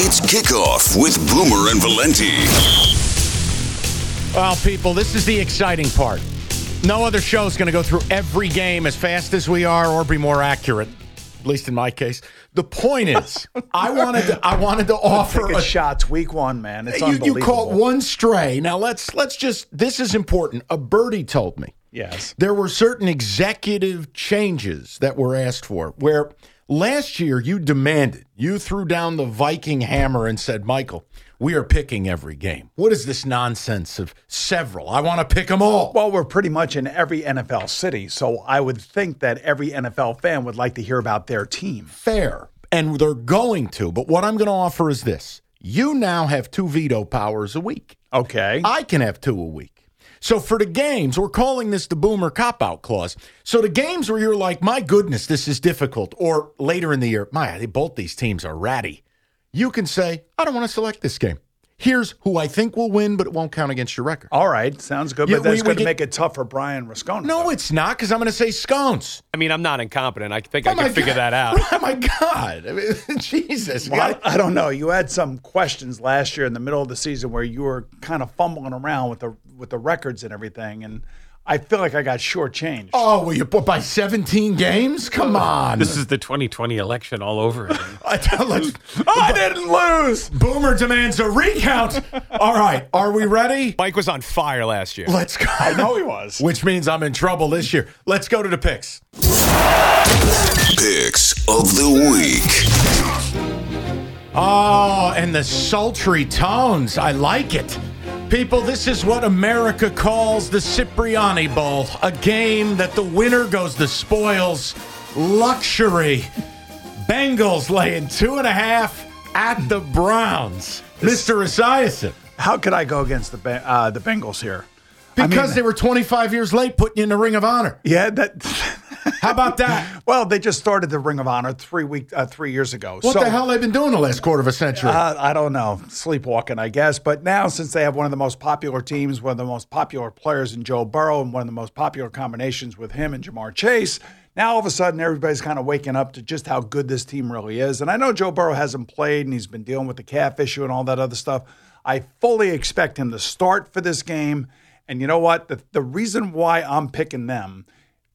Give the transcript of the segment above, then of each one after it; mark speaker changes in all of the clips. Speaker 1: It's kickoff with Boomer and Valenti.
Speaker 2: Well, people, this is the exciting part. No other show is going to go through every game as fast as we are or be more accurate. At least in my case. The point is, I wanted to, I wanted to offer
Speaker 3: Taking
Speaker 2: a
Speaker 3: shots week one, man. It's
Speaker 2: you, you
Speaker 3: unbelievable.
Speaker 2: caught one stray. Now let's let's just this is important. A birdie told me.
Speaker 3: Yes.
Speaker 2: There were certain executive changes that were asked for where last year you demanded, you threw down the Viking hammer and said, "Michael, we are picking every game. What is this nonsense of several? I want to pick them all."
Speaker 3: Well, we're pretty much in every NFL city, so I would think that every NFL fan would like to hear about their team.
Speaker 2: fair, and they're going to. But what I'm going to offer is this: you now have two veto powers a week.
Speaker 3: Okay.
Speaker 2: I can have two a week. So for the games, we're calling this the boomer cop out clause. So the games where you're like, my goodness, this is difficult, or later in the year, my, they- both these teams are ratty. You can say, I don't want to select this game. Here's who I think will win, but it won't count against your record.
Speaker 4: Oh.
Speaker 3: All right. Sounds good,
Speaker 2: Yeah,
Speaker 3: but that's
Speaker 2: we- we
Speaker 3: going to
Speaker 2: get-
Speaker 3: make it tough for Brian Rascona.
Speaker 2: No,
Speaker 3: though.
Speaker 2: it's not because I'm going to say scones.
Speaker 4: I mean, I'm not incompetent. I think
Speaker 2: Oh
Speaker 4: I
Speaker 2: my
Speaker 4: can figure
Speaker 2: God.
Speaker 4: that out.
Speaker 2: Oh my God. I mean, Jesus.
Speaker 3: Well,
Speaker 2: God.
Speaker 3: I, I don't know. You had some questions last year in the middle of the season where you were kind of fumbling around with the with the records and everything, and I feel like I got shortchanged.
Speaker 2: Oh, will you put by 17 games? Come on.
Speaker 4: This is the 2020 election all over again.
Speaker 2: I, let's, I didn't lose. Boomer demands a recount. All right. Are we ready?
Speaker 4: Mike was on fire last year.
Speaker 2: Let's go. I
Speaker 3: know he was.
Speaker 2: Which means I'm in trouble this year. Let's go to the picks.
Speaker 1: Picks of the week.
Speaker 2: Oh, and the sultry tones. I like it. People, this is what America calls the Cipriani Bowl, a game that the winner goes the spoils. Luxury. Bengals laying two and a half at the Browns. Mr. Esiason.
Speaker 3: How could I go against the Ben- uh, the Bengals here? I mean-
Speaker 2: Because they were 25 years late putting you in the Ring of Honor.
Speaker 3: Yeah, that.
Speaker 2: How about that?
Speaker 3: well, they just started the Ring of Honor three week uh, three years ago.
Speaker 2: What
Speaker 3: so,
Speaker 2: the hell they been doing the last quarter of a century?
Speaker 3: Uh, I don't know, sleepwalking, I guess. But now, since they have one of the most popular teams, one of the most popular players in Joe Burrow, and one of the most popular combinations with him and Jamar Chase, now all of a sudden everybody's kind of waking up to just how good this team really is. And I know Joe Burrow hasn't played and he's been dealing with the calf issue and all that other stuff. I fully expect him to start for this game. And you know what? The, the reason why I'm picking them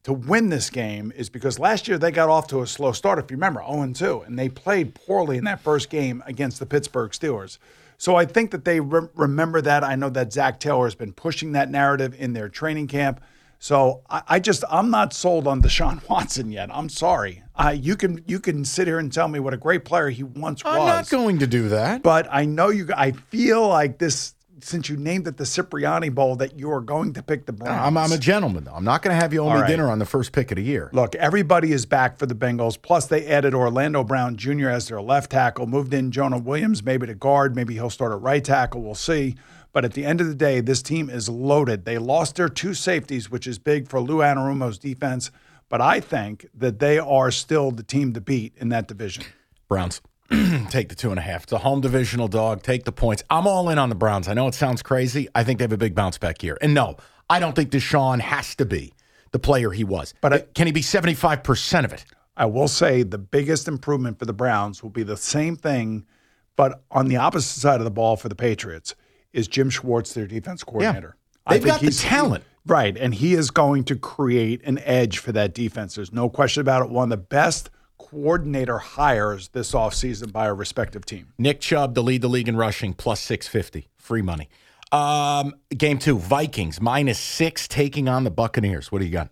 Speaker 3: to win this game is because last year they got off to a slow start, if you remember, 0 2, and they played poorly in that first game against the Pittsburgh Steelers. So I think that they re- remember that. I know that Zach Taylor has been pushing that narrative in their training camp. So I, I just I'm not sold on Deshaun Watson yet. I'm sorry. Uh, you can you can sit here and tell me what a great player he once
Speaker 2: I'm
Speaker 3: was
Speaker 2: not going to do that.
Speaker 3: but I know you. I feel like this since you named it the Cipriani Bowl that you are going to pick the Browns.
Speaker 2: I'm, I'm a gentleman, though. I'm not going to have you owe me
Speaker 3: right.
Speaker 2: dinner on the first pick of the year.
Speaker 3: Look, everybody is back for the Bengals. Plus, they added Orlando Brown Jr. as their left tackle, moved in Jonah Williams, maybe to guard, maybe he'll start at right tackle. We'll see. But at the end of the day, this team is loaded. They lost their two safeties, which is big for Lou Anarumo's defense. But I think that they are still the team to beat in that division.
Speaker 2: Browns. Take the two and a half. It's a home divisional dog. Take the points. I'm all in on the Browns. I know it sounds crazy. I think they have a big bounce back here. And no, I don't think Deshaun has to be the player he was.
Speaker 3: But I-
Speaker 2: can he be 75% of it?
Speaker 3: I will say the biggest improvement for the Browns will be the same thing, but on the opposite side of the ball for the Patriots is Jim Schwartz, their defense coordinator. I
Speaker 2: They've
Speaker 3: think
Speaker 2: got the talent.
Speaker 3: Right. And he is going to create an edge for that defense. There's no question about it. One of the best coordinator hires this offseason by a respective team.
Speaker 2: Nick Chubb to lead the league in rushing, plus 650. Free money. Um, game two, Vikings, minus six, taking on the Buccaneers. What do you got?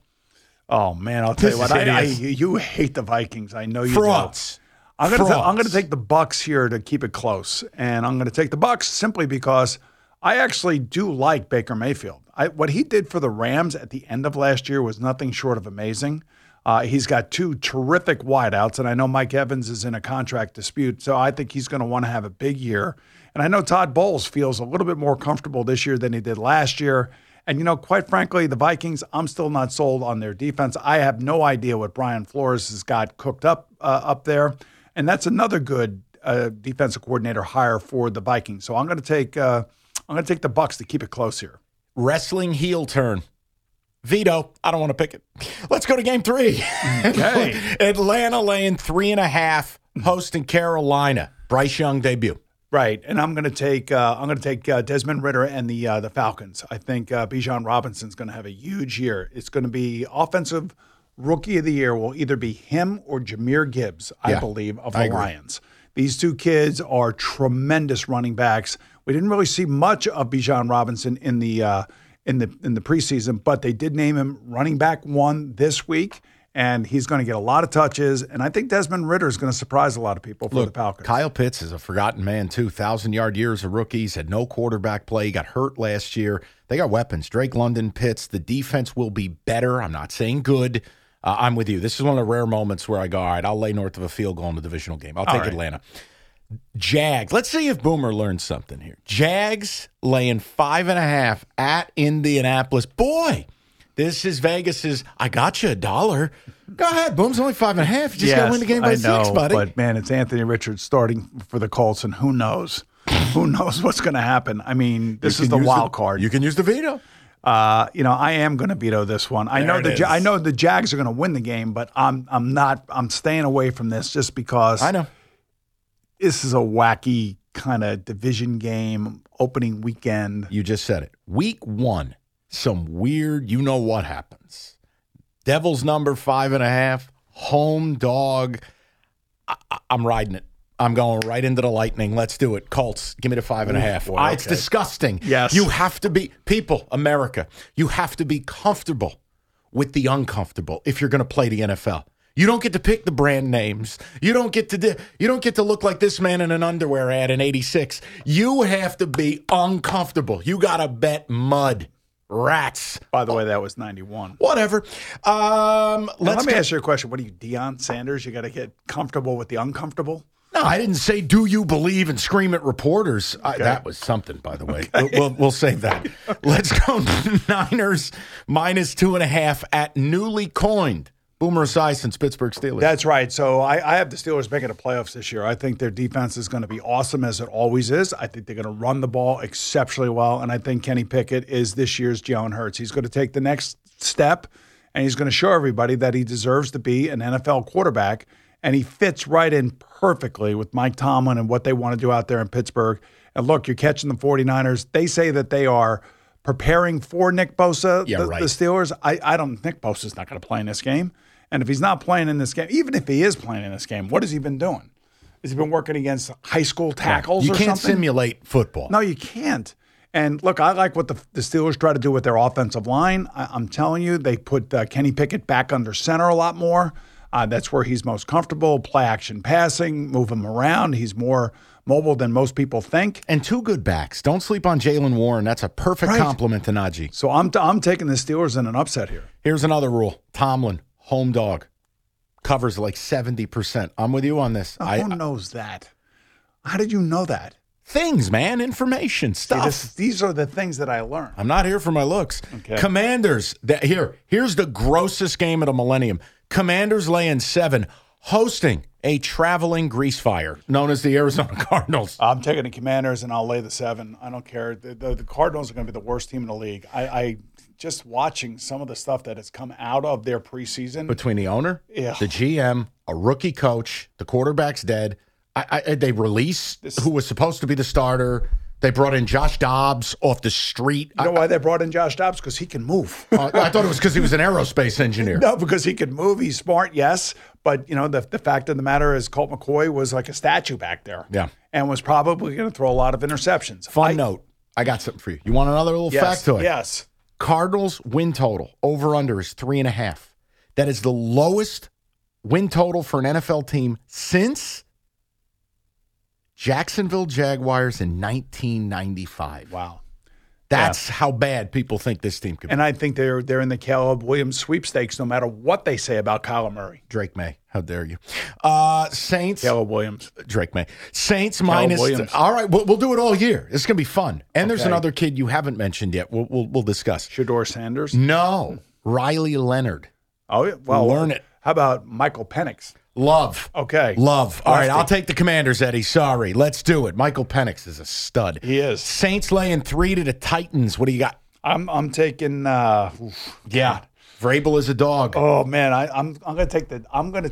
Speaker 3: Oh, man. I'll tell
Speaker 2: This
Speaker 3: you what,
Speaker 2: is
Speaker 3: I, I,
Speaker 2: hideous.
Speaker 3: you hate the Vikings. I know you do.
Speaker 2: Frauds.
Speaker 3: I'm gonna ta-
Speaker 2: Frauds.
Speaker 3: I'm gonna take the Bucks here to keep it close, and I'm gonna take the Bucks simply because I actually do like Baker Mayfield. I, what he did for the Rams at the end of last year was nothing short of amazing. Uh, he's got two terrific wideouts, and I know Mike Evans is in a contract dispute, so I think he's going to want to have a big year. And I know Todd Bowles feels a little bit more comfortable this year than he did last year. And, you know, quite frankly, the Vikings, I'm still not sold on their defense. I have no idea what Brian Flores has got cooked up uh, up there. And that's another good uh, defensive coordinator hire for the Vikings. So I'm going to take uh, I'm going to take the Bucks to keep it close here.
Speaker 5: Wrestling heel turn. Vito, I don't want to pick it. Let's go to game three.
Speaker 3: Okay.
Speaker 5: Atlanta laying three and a half, hosting Carolina. Bryce Young debut.
Speaker 3: Right, and I'm going to take uh, I'm going to take uh, Desmond Ritter and the uh, the Falcons. I think uh, Bijan Robinson's going to have a huge year. It's going to be offensive rookie of the year will either be him or Jameer Gibbs, I
Speaker 5: Yeah,
Speaker 3: believe, of
Speaker 5: I
Speaker 3: the
Speaker 5: agree.
Speaker 3: Lions. These two kids are tremendous running backs. We didn't really see much of Bijan Robinson in the uh, in the in the preseason, but they did name him running back one this week. And he's going to get a lot of touches, and I think Desmond Ritter is going to surprise a lot of people for the Falcons.
Speaker 2: Kyle Pitts is a forgotten man, too. Thousand yard years of rookies, had no quarterback play, got hurt last year. They got weapons. Drake London, Pitts. The defense will be better. I'm not saying good. Uh, I'm with you. This is one of the rare moments where I go, all right, I'll lay north of a field goal in the divisional game. I'll take Atlanta. Jags. Let's see if Boomer learns something here. Jags laying five and a half at Indianapolis. Boy, this is Vegas's. I got you a dollar. Go ahead, Boom's only five and a half. You just got to win the game by
Speaker 3: I know,
Speaker 2: six, buddy.
Speaker 3: But man, it's Anthony Richards starting for the Colts, and who knows? who knows what's going to happen? I mean, this
Speaker 2: You
Speaker 3: is
Speaker 2: can
Speaker 3: the
Speaker 2: use
Speaker 3: wild card.
Speaker 2: You can use the veto.
Speaker 3: Uh, you know, I am going to veto this one. I know
Speaker 2: it
Speaker 3: the Ja- I
Speaker 2: is.
Speaker 3: know the Jags are going to win the game, but I'm I'm not I'm staying away from this just because
Speaker 2: I know.
Speaker 3: this is a wacky kind of division game opening weekend.
Speaker 2: You just said it. Week one, some weird, you know what happens. Devils number five and a half, home dog. I, I- I'm riding it. I'm going right into the lightning. Let's do it. Colts, give me the five and a half. Ah, It's disgusting.
Speaker 3: Yes.
Speaker 2: You have to be, people, America, you have to be comfortable with the uncomfortable if you're going to play the NFL. You don't get to pick the brand names. You don't get to di- you don't get to look like this man in an underwear ad in 86. You have to be uncomfortable. You got to bet mud, rats,
Speaker 3: By the way, that was 91.
Speaker 2: whatever. Um
Speaker 3: Now,
Speaker 2: let's
Speaker 3: let me
Speaker 2: go-
Speaker 3: ask you a question. What are you, Deion Sanders? You got to get comfortable with the uncomfortable.
Speaker 2: No, I didn't say do you believe and scream at reporters. I, that was something, by the way. We'll, we'll, we'll save that. Let's go Niners minus two and a half at newly coined Boomer Esiason Pittsburgh Steelers.
Speaker 3: That's right. So I, I have the Steelers making the playoffs this year. I think their defense is going to be awesome as it always is. I think they're going to run the ball exceptionally well, and I think Kenny Pickett is this year's Jalen Hurts. He's going to take the next step, and he's going to show everybody that he deserves to be an NFL quarterback. And he fits right in perfectly with Mike Tomlin and what they want to do out there in Pittsburgh. And look, you're catching the 49ers. They say that they are preparing for Nick Bosa,
Speaker 2: Yeah,
Speaker 3: the,
Speaker 2: right.
Speaker 3: the Steelers. I, I don't Nick Bosa's not going to play in this game. And if he's not playing in this game, even if he is playing in this game, what has he been doing? Has he been working against high school tackles
Speaker 2: you
Speaker 3: or
Speaker 2: can't
Speaker 3: something?
Speaker 2: simulate football.
Speaker 3: No, you can't. And look, I like what the, the Steelers try to do with their offensive line. I, I'm telling you, they put uh, Kenny Pickett back under center a lot more. Uh, that's where he's most comfortable. Play action passing, move him around. He's more mobile than most people think.
Speaker 2: And two good backs. Don't sleep on Jalen Warren. That's a perfect
Speaker 3: Right.
Speaker 2: compliment to Najee.
Speaker 3: So I'm, t- I'm taking the Steelers in an upset here.
Speaker 2: Here's another rule Tomlin, home dog, covers like 70%. I'm with you on this.
Speaker 3: Now,
Speaker 2: I,
Speaker 3: who knows that? How did you know that?
Speaker 2: things, man, information,
Speaker 3: See,
Speaker 2: stuff.
Speaker 3: this- these are the things that I learned.
Speaker 2: I'm not here for my looks. Commanders. That here. Here's the grossest game of the millennium. Commanders laying seven, hosting a traveling grease fire known as the Arizona Cardinals.
Speaker 3: I'm taking the Commanders, and I'll lay the seven. I don't care. The, the, the Cardinals are going to be the worst team in the league. I, I just watching some of the stuff that has come out of their preseason.
Speaker 2: Between the owner,
Speaker 3: Yeah.
Speaker 2: the GM, a rookie coach, the quarterback's dead. I, I, they release who was supposed to be the starter. They brought in Josh Dobbs off the street.
Speaker 3: you
Speaker 2: I,
Speaker 3: know why they brought in Josh Dobbs? Because he can move.
Speaker 2: I- I thought it was because he was an aerospace engineer.
Speaker 3: no, because he can move. He's smart, yes. But you know, the the fact of the matter is, Colt McCoy was like a statue back there.
Speaker 2: Yeah.
Speaker 3: and was probably going to throw a lot of interceptions.
Speaker 2: Fun note. I got something for you. You want another little
Speaker 3: Yes,
Speaker 2: factoid?
Speaker 3: yes.
Speaker 2: Cardinals win total over under is three and a half. That is the lowest win total for an NFL team since Jacksonville Jaguars in 1995.
Speaker 3: Wow.
Speaker 2: That's how bad people think this team could be.
Speaker 3: And I think they're they're in the Caleb Williams sweepstakes, no matter what they say about Kyler Murray.
Speaker 2: Drake May, how dare you? Uh, Saints.
Speaker 3: Caleb Williams.
Speaker 2: Drake May. Saints minus.
Speaker 3: Williams.
Speaker 2: All right, we'll, we'll do it all year. It's going to be fun. And there's
Speaker 3: Okay.
Speaker 2: another kid you haven't mentioned yet. We'll we'll, we'll discuss.
Speaker 3: Shador Sanders.
Speaker 2: Mm. No, Riley Leonard.
Speaker 3: Oh yeah. Well
Speaker 2: Learn it.
Speaker 3: How about Michael Penix?
Speaker 2: Love.
Speaker 3: Okay.
Speaker 2: Love. All right,
Speaker 3: Lefty.
Speaker 2: I'll take the Commanders, Eddie. Sorry, let's do it. Michael Penix is a stud.
Speaker 3: He is.
Speaker 2: Saints laying three to the Titans. What do you got?
Speaker 3: I'm I'm taking uh oof.
Speaker 2: Yeah, Vrabel is a dog.
Speaker 3: oh man, I, I'm I'm gonna take the I'm gonna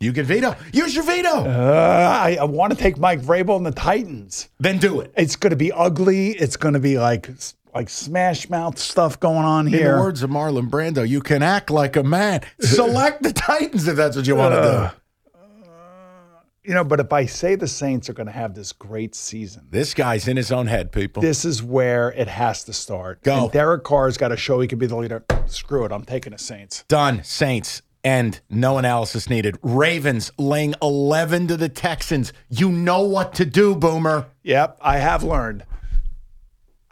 Speaker 2: You can veto. Use your veto.
Speaker 3: Uh-huh. uh, I, I wanna take Mike Vrabel and the Titans.
Speaker 2: then do it.
Speaker 3: It's gonna be ugly. It's gonna be like like smash mouth stuff going on
Speaker 2: In
Speaker 3: here.
Speaker 2: the words of Marlon Brando, you can act like a man. Select the Titans if that's what you want to
Speaker 3: Uh.
Speaker 2: do.
Speaker 3: you know, but if I say the Saints are gonna have this great season,
Speaker 2: This guy's in his own head, people.
Speaker 3: this is where it has to start.
Speaker 2: Go.
Speaker 3: And Derek Carr's gotta show he can be the leader. Screw it, I'm taking the Saints.
Speaker 2: Done. Saints. And no analysis needed. Ravens laying 11 to the Texans. You know what to do, Boomer.
Speaker 3: Yep, I have learned.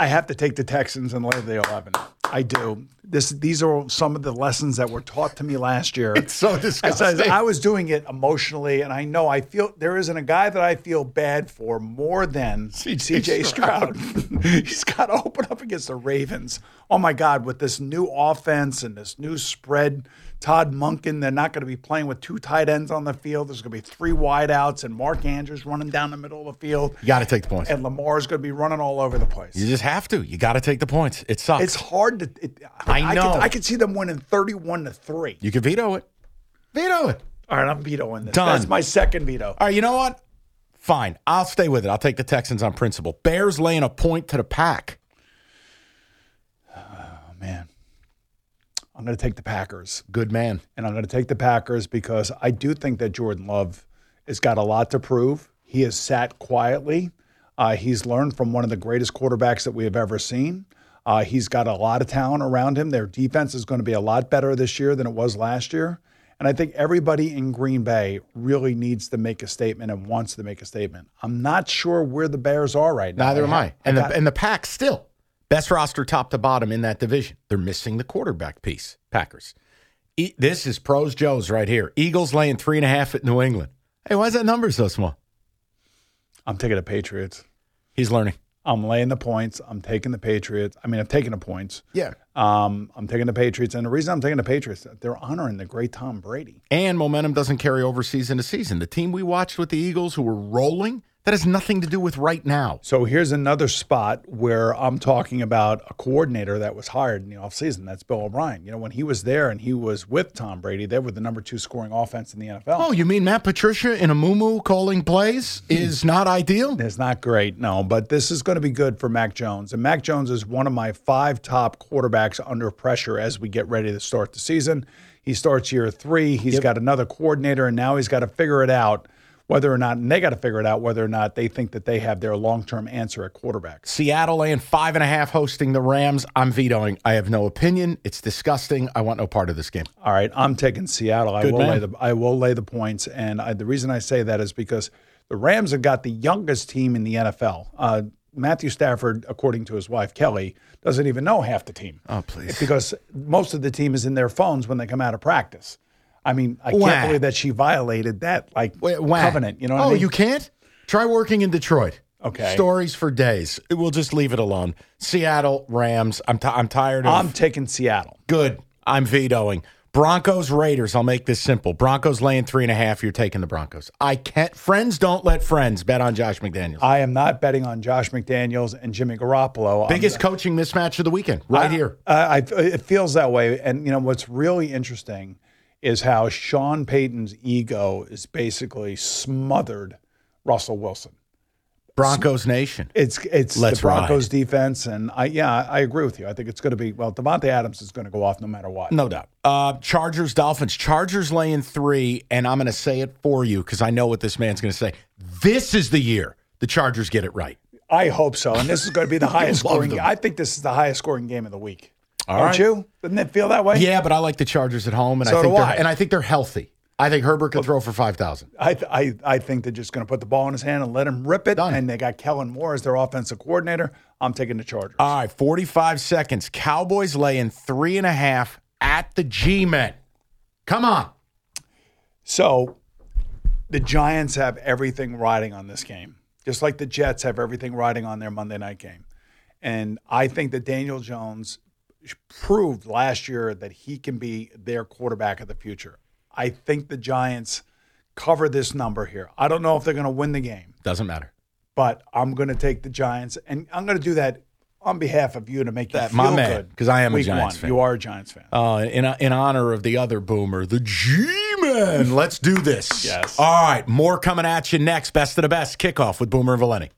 Speaker 3: I have to take the Texans and lay the 11. I do. This these are some of the lessons that were taught to me last year.
Speaker 2: It's so
Speaker 3: As I,
Speaker 2: disgusting.
Speaker 3: I was doing it emotionally, and I know I feel there isn't a guy that I feel bad for more than CJ Stroud. He's got to open up against the Ravens. Oh my God, with this new offense and this new spread, Todd Munkin, they're not going to be playing with two tight ends on the field. There's going to be three wideouts and Mark Andrews running down the middle of the field
Speaker 2: You got to take the points.
Speaker 3: and Lamar's going to be running all over the place.
Speaker 2: You just have to. You got to take the points. It sucks.
Speaker 3: It's hard to. It,
Speaker 2: I know.
Speaker 3: Could, I could see them winning thirty-one to three.
Speaker 2: you can veto it. Veto it.
Speaker 3: All right, I'm vetoing this.
Speaker 2: Done.
Speaker 3: That's my second veto.
Speaker 2: All right, you know what? Fine. I'll stay with it. I'll take the Texans on principle. Bears laying a point to the pack.
Speaker 3: Oh man, I'm going to take the Packers,
Speaker 2: Good man.
Speaker 3: and I'm going to take the Packers because I do think that Jordan Love has got a lot to prove. He has sat quietly. Uh, he's learned from one of the greatest quarterbacks that we have ever seen. Uh, he's got a lot of talent around him. Their defense is going to be a lot better this year than it was last year. And I think everybody in Green Bay really needs to make a statement and wants to make a statement. I'm not sure where the Bears are right now.
Speaker 2: Neither am I. And
Speaker 3: got-
Speaker 2: the, and the pack still. Best roster top to bottom in that division. They're missing the quarterback piece, Packers. E- this is pros Joe's right here. Eagles laying three and a half at New England. Hey, why is that number so small?
Speaker 3: I'm taking the Patriots.
Speaker 2: He's learning.
Speaker 3: I'm laying the points. I'm taking the Patriots. I mean, I've taken the points.
Speaker 2: Yeah.
Speaker 3: Um, I'm taking the Patriots. And the reason I'm taking the Patriots, they're honoring the great Tom Brady.
Speaker 2: And momentum doesn't carry over season to season. The team we watched with the Eagles who were rolling, that has nothing to do with right now.
Speaker 3: So here's another spot where I'm talking about a coordinator that was hired in the offseason. That's Bill O'Brien. You know, when he was there and he was with Tom Brady, they were the number two scoring offense in the NFL.
Speaker 2: Oh, you mean Matt Patricia in a moo calling plays is not ideal?
Speaker 3: It's not great, no, but this is going to be good for Mac Jones. And Mac Jones is one of my five top quarterbacks under pressure as we get ready to start the season. He starts year three. He's got another coordinator, and now he's got to figure it out whether or not, and they got to figure it out whether or not they think that they have their long term answer at quarterbacks.
Speaker 2: Seattle and five and a half hosting the Rams. I'm vetoing. I have no opinion. It's disgusting. I want no part of this game.
Speaker 3: All right, I'm taking Seattle. I
Speaker 2: Good
Speaker 3: will
Speaker 2: man.
Speaker 3: lay the I will lay the points, and I, the reason I say that is because the Rams have got the youngest team in the NFL. Uh, Matthew Stafford, according to his wife Kelly, doesn't even know half the team.
Speaker 2: Oh, please.
Speaker 3: because most of the team is in their phones when they come out of practice. I mean, I
Speaker 2: Wah.
Speaker 3: can't believe that she violated that like
Speaker 2: Wait, wah.
Speaker 3: covenant. You know what
Speaker 2: oh,
Speaker 3: I mean?
Speaker 2: you can't? Try working in Detroit.
Speaker 3: Okay.
Speaker 2: Stories for days. We'll just leave it alone. Seattle, Rams. I'm, ti I'm tired of
Speaker 3: I'm taking Seattle.
Speaker 2: Good. I'm vetoing. Broncos, Raiders. I'll make this simple. Broncos laying three and a half. You're taking the Broncos. I can't. Friends don't let friends bet on Josh McDaniels.
Speaker 3: I am not betting on Josh McDaniels and Jimmy Garoppolo. I'm-
Speaker 2: Biggest coaching mismatch of the weekend, right here.
Speaker 3: I, I, it feels that way. And you know what's really interesting is how Sean Payton's ego is basically smothered Russell Wilson.
Speaker 2: Broncos Nation.
Speaker 3: It's it's
Speaker 2: Let's
Speaker 3: the Broncos defense, and I yeah I agree with you. I think it's going to be well. Devontae Adams is going to go off no matter what.
Speaker 2: No doubt. Uh, Chargers, Dolphins. Chargers laying three, and I'm going to say it for you because I know what this man's going to say. This is the year the Chargers get it right.
Speaker 3: I hope so. And this is going to be the highest
Speaker 2: love
Speaker 3: scoring.
Speaker 2: them.
Speaker 3: I think this is the highest scoring game of the week.
Speaker 2: All
Speaker 3: Don't
Speaker 2: right.
Speaker 3: you? Doesn't it feel that way?
Speaker 2: Yeah, but I like the Chargers at home, and
Speaker 3: So
Speaker 2: I
Speaker 3: do
Speaker 2: think they're,
Speaker 3: I.
Speaker 2: and I think they're healthy. I think Herbert could throw for 5,000.
Speaker 3: I, th- I, I think they're just going to put the ball in his hand and let him rip it.
Speaker 2: Done.
Speaker 3: And they got Kellen Moore as their offensive coordinator. I'm taking the Chargers.
Speaker 2: All right, 45 seconds. Cowboys laying three and a half at the G Men. Come on.
Speaker 3: So the Giants have everything riding on this game, just like the Jets have everything riding on their Monday night game. And I think that Daniel Jones proved last year that he can be their quarterback of the future. I think the Giants cover this number here. I don't know if they're going to win the game,
Speaker 2: Doesn't matter.
Speaker 3: but I'm going to take the Giants, and I'm going to do that on behalf of you to make you
Speaker 2: That-
Speaker 3: feel
Speaker 2: my man,
Speaker 3: good.
Speaker 2: 'cause I am a
Speaker 3: week
Speaker 2: Giants
Speaker 3: one.
Speaker 2: fan.
Speaker 3: You are a Giants fan.
Speaker 2: Uh, in, in honor of the other boomer, the G Men. Let's do this.
Speaker 3: Yes.
Speaker 2: All right, more coming at you next. Best of the best kickoff with Boomer and Valenti.